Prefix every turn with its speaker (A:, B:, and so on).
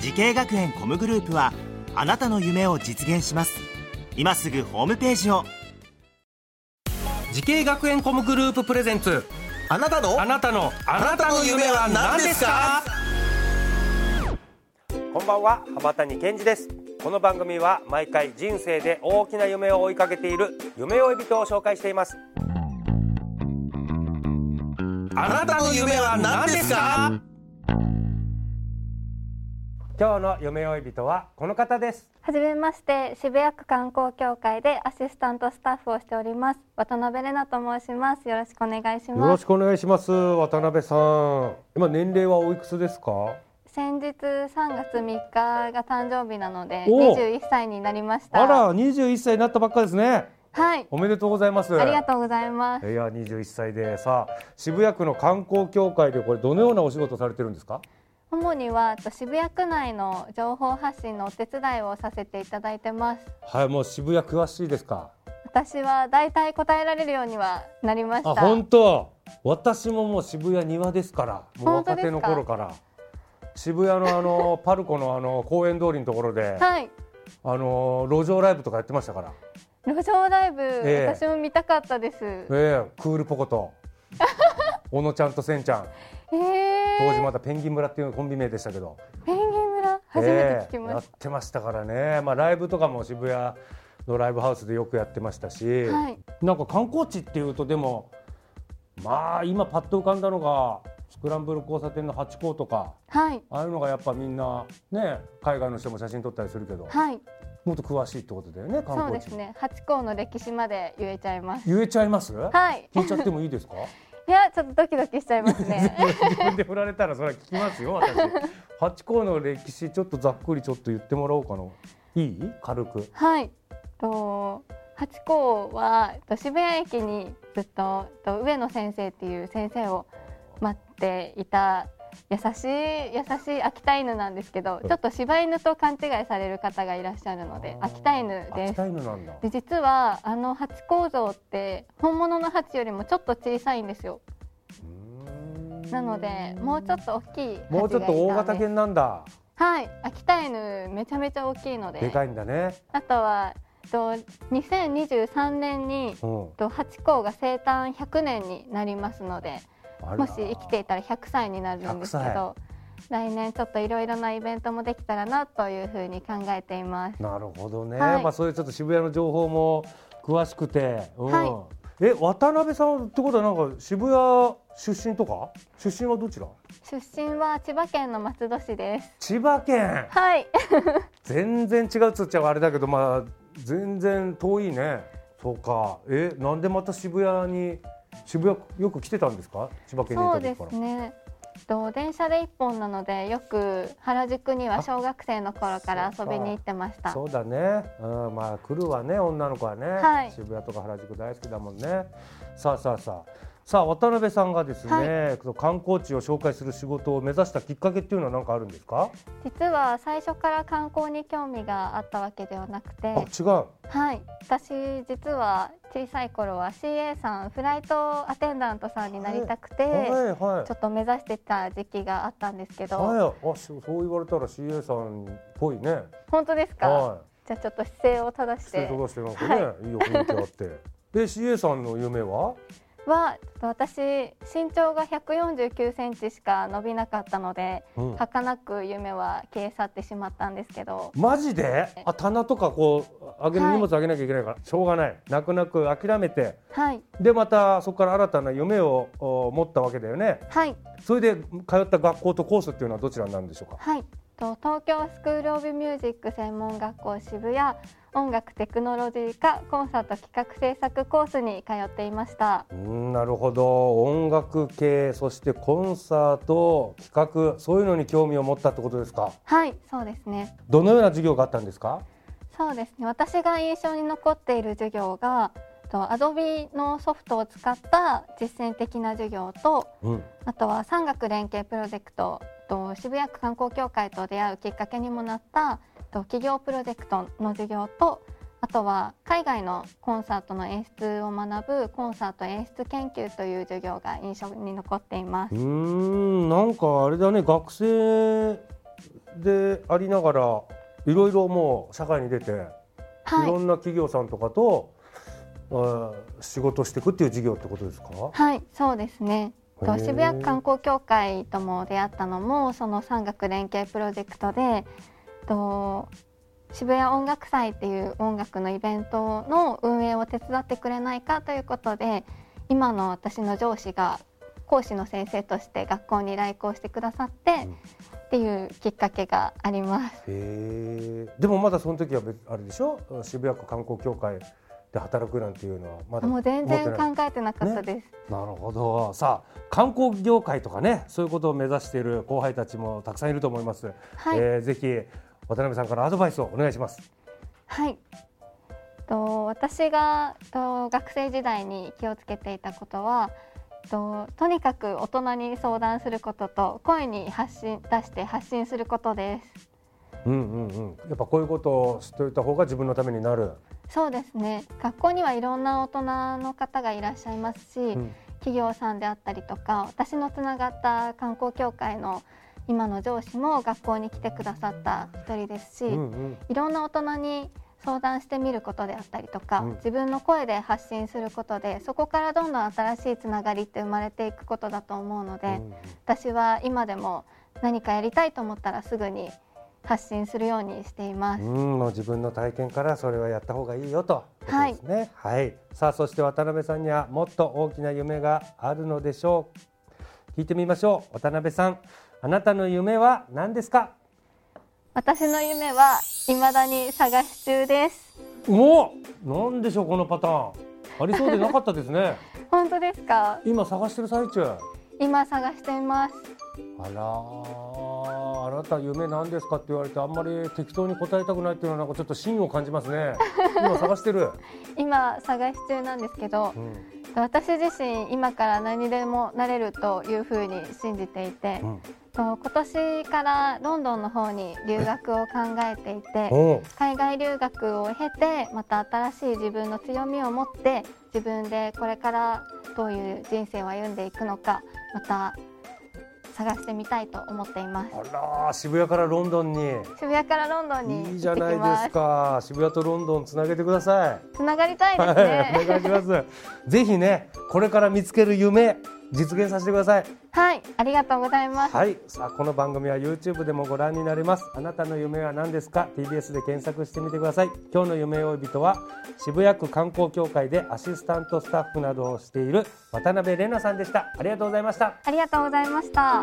A: 時系学園コムグループはあなたの夢を実現します今すぐホームページを
B: 時系学園コムグループプレゼンツ
C: あなたの
B: あなたのあ
C: なたの夢は何ですか
D: こんばんは羽ばに健二ですこの番組は毎回人生で大きな夢を追いかけている夢追い人を紹介しています
C: あなたの夢は何ですか
D: 今日の夢追い人はこの方です
E: はじめまして渋谷区観光協会でアシスタントスタッフをしております渡辺玲奈と申しますよろしくお願いし
F: よろ
E: ま
F: し
E: す
F: くお願いします渡辺さん今年齢はおいくつですか
E: 先日3月3日が誕生日なので
F: お
E: 21歳になりました
F: あら21歳になったばっかですね
E: はい
F: おめでとうございます
E: ありがとうございます
F: いや21歳でさあ渋谷区の観光協会でこれどのようなお仕事されてるんですか
E: 主にはと渋谷区内の情報発信のお手伝いをさせていただいてます
F: はいもう渋谷詳しいですか
E: 私はだいたい答えられるようにはなりました
F: あ本当私ももう渋谷庭ですからもう
E: 本当
F: 若
E: ですか
F: 手の頃から渋谷のあ のパルコのあの公園通りのところで
E: はい
F: あの路上ライブとかやってましたから
E: 路上ライブ、
F: ええ
E: 私も見たかったですえ
F: ええクールポコと 小野ちゃんとせんちゃん
E: え
F: 当時まだペンギン村っていうコンビ名でしたけど
E: ペンギン村初めて聞き
F: ええや
E: ま
F: っ
E: して
F: ましたからね、まあ、ライブとかも渋谷のライブハウスでよくやってましたし、
E: た。はい。
F: なんか観光地っていうとでもまあ今パッと浮かんだのがスクランブル交差点のハチ公とか
E: はい。
F: ああいうのがやっぱみんなね海外の人も写真撮ったりするけど、
E: はい。
F: もっと詳しいってことだよね観
E: そう
F: 光
E: で
F: 地
E: すね。八甲の歴史まで言えちゃいます。
F: 言えちゃいます、
E: はい。
F: 聞いちゃってもいいです か
E: いや、ちょっとドキドキしちゃいます ね。
F: 自分で振られたらそれは聞きますよ私ハチ公の歴史ちょっとざっくりちょっと言ってもらおうかないい軽く
E: はい。と。八甲はと渋谷駅にずっとと上野先生っていう先生を待っていた優しい優しい秋田犬なんですけどちょっと柴犬と勘違いされる方がいらっしゃるので
F: あー
E: 秋田犬です
F: 秋田犬なんだ
E: で実はあのハチ公像って本物のハチよりもちょっと小さいんですよなのでもうちょっと大きいハチがいたんで
F: もうちょっと大型犬なんだ
E: はい秋田犬めちゃめちゃ大きいので
F: でかいんだね、
E: あとはと2023年に
F: うん、
E: とハチ公が生誕100年になりますので
F: あら
E: もし生きていたら100歳になるんですけど来年ちょっといろいろなイベントもできたらなというふうに考えています
F: なるほどね、
E: はい
F: まあそういうちょっと渋谷の情報も詳しくて、うん
E: は
F: え渡辺さんってことはなんか渋谷出身とか出身はどちら
E: 出身は千葉県の松戸市です
F: 千葉県
E: はい
F: 全然違うっつっちゃあれだけどまあ全然遠いねそうかえなんでまた渋谷に渋谷よく来てたんですか千葉県にい
E: そ
F: た
E: うで
F: 時から
E: すね。と電車で一本なのでよく原宿には小学生の頃から遊びに行ってました。
F: そうだね、うん、まあ来るわね女の子はね、
E: はい
F: 渋谷とか原宿大好きだもんねさあさあさあさあ渡辺さんがですね、観光地を紹介する仕事を目指したきっかけっていうのは何かあるんですか、
E: 実は最初から観光に興味があったわけではなくて、
F: あ違う
E: はい。私実は小さい頃は CA さんフライトアテンダントさんになりたくて、
F: はいはい
E: ちょっと目指してた時期があったんですけど、
F: はいあしそう言われたら CA さんっぽいね
E: 本当ですか？
F: は
E: じゃあちょっと姿勢を正
F: い
E: し
F: 姿
E: て
F: 勢。正してなんかね、い、いよ雰囲気あってで CA さんの夢は
E: はちょっと私身長が149センチしか伸びなかったので、
F: うん
E: 儚く夢は消え去ってしまったんですけど
F: マジであ棚とかこう上げる
E: はい
F: 荷物上げなきゃいけないから、しょうがない泣く泣く諦めて
E: はい
F: でまたそこから新たな夢をお持ったわけだよね
E: はい
F: それで通った学校とコースっていうのはどちらになるんでしょうか
E: はいとと東京スクール・オブ・ミュージック専門学校渋谷音楽テクノロジー科コンサート企画制作コースに通っていました
F: うんなるほど音楽系そしてコンサート企画そういうのに興味を持ったってことですか
E: はいそうですね
F: どのような授業があったんですか
E: そうですね私が印象に残っている授業がと Adobe のソフトを使った実践的な授業と
F: うん
E: あとは産学連携プロジェクトと渋谷区観光協会と出会うきっかけにもなったと企業プロジェクトの授業とあとは海外のコンサートの演出を学ぶコンサート演出研究という授業が印象に残っています
F: うー。んなんかあれだね学生でありながらいろいろもう社会に出て、い、
E: は
F: ろ
E: い、
F: んな企業さんとかと、えー仕事していくっていう事業ってことですか
E: はい、そうですね。
F: へ
E: と
F: ー
E: 渋谷区観光協会とも出会ったのもその産学連携プロジェクトでと渋谷音楽祭っていう音楽のイベントの運営を手伝ってくれないかということで今の私の上司が講師の先生として学校に来校してくださって、
F: うん
E: っていうきっかけがあります。
F: へえでもまだその時は別あれでしょ渋谷区観光協会で働くなんていうのはまだ
E: もう全然
F: 思ってない
E: 考えてなかったです。
F: なるほどさあ観光業界とかねそういうことを目指している後輩たちもたくさんいると思います、
E: はい、
F: えーぜひ渡辺さんからアドバイスをお願いします
E: はい。と私がと学生時代に気をつけていたことはととにかく大人に相談することと声に発信出して発信することです。
F: うんうんうん、やっぱこういうことを知っておいた方が自分のためになる。
E: そうですね。学校にはいろんな大人の方がいらっしゃいますし、
F: ん
E: 企業さんであったりとか、私のつながった観光協会の今の上司も学校に来てくださった一人ですし、
F: うんうん、
E: いろんな大人に相談してみることであったりとか、
F: うん
E: 自分の声で発信することでそこからどんどん新しいつながりって生まれていくことだと思うので、
F: うん
E: 私は今でも何かやりたいと思ったらすぐに発信するようにしています。
F: うん、もう自分の体験からそれはやった方がいいよということですね。はい、さあ、そして渡辺さんにはもっと大きな夢があるのでしょう。聞いてみましょう。渡辺さん、あなたの夢は何ですか。
E: 私の夢は未だに探し中です。
F: もう、なんでしょう、このパターン。ありそうでなかったです ね。
E: 本当ですか？
F: 今探してる最中。あ
E: 今探しています。
F: らー、あなた夢何ですかって言われて、あんまり適当に答えたくないっていうのは、なんかちょっと芯を感じます ね。今探してる。
E: 今探し中なんですけど、
F: うん
E: 私自身今から何でもなれるというふうに信じていて、
F: うん
E: と今年からロンドンの方に留学を考えていて
F: おう
E: 海外留学を経てまた新しい自分の強みを持って自分でこれからどういう人生を歩んでいくのかまた探してみたいと思っています
F: あらー渋谷からロンドンに
E: 渋谷からロンドンに
F: いいじ
E: 行
F: ゃ
E: って
F: ない
E: きま
F: ですすか渋谷とロンドンつなげてください
E: つながりたいです
F: はいお願いし
E: ね
F: ますぜひねこれから見つける夢実現させてください
E: はいありがとうございます
F: はいさあこの番組は YouTube でもご覧になれますあなたの夢は何ですか TBS で検索してみてください今日の夢追い人は渋谷区観光協会でアシスタントスタッフなどをしている渡辺玲奈さんでしたありがとうございました
E: ありがとうございました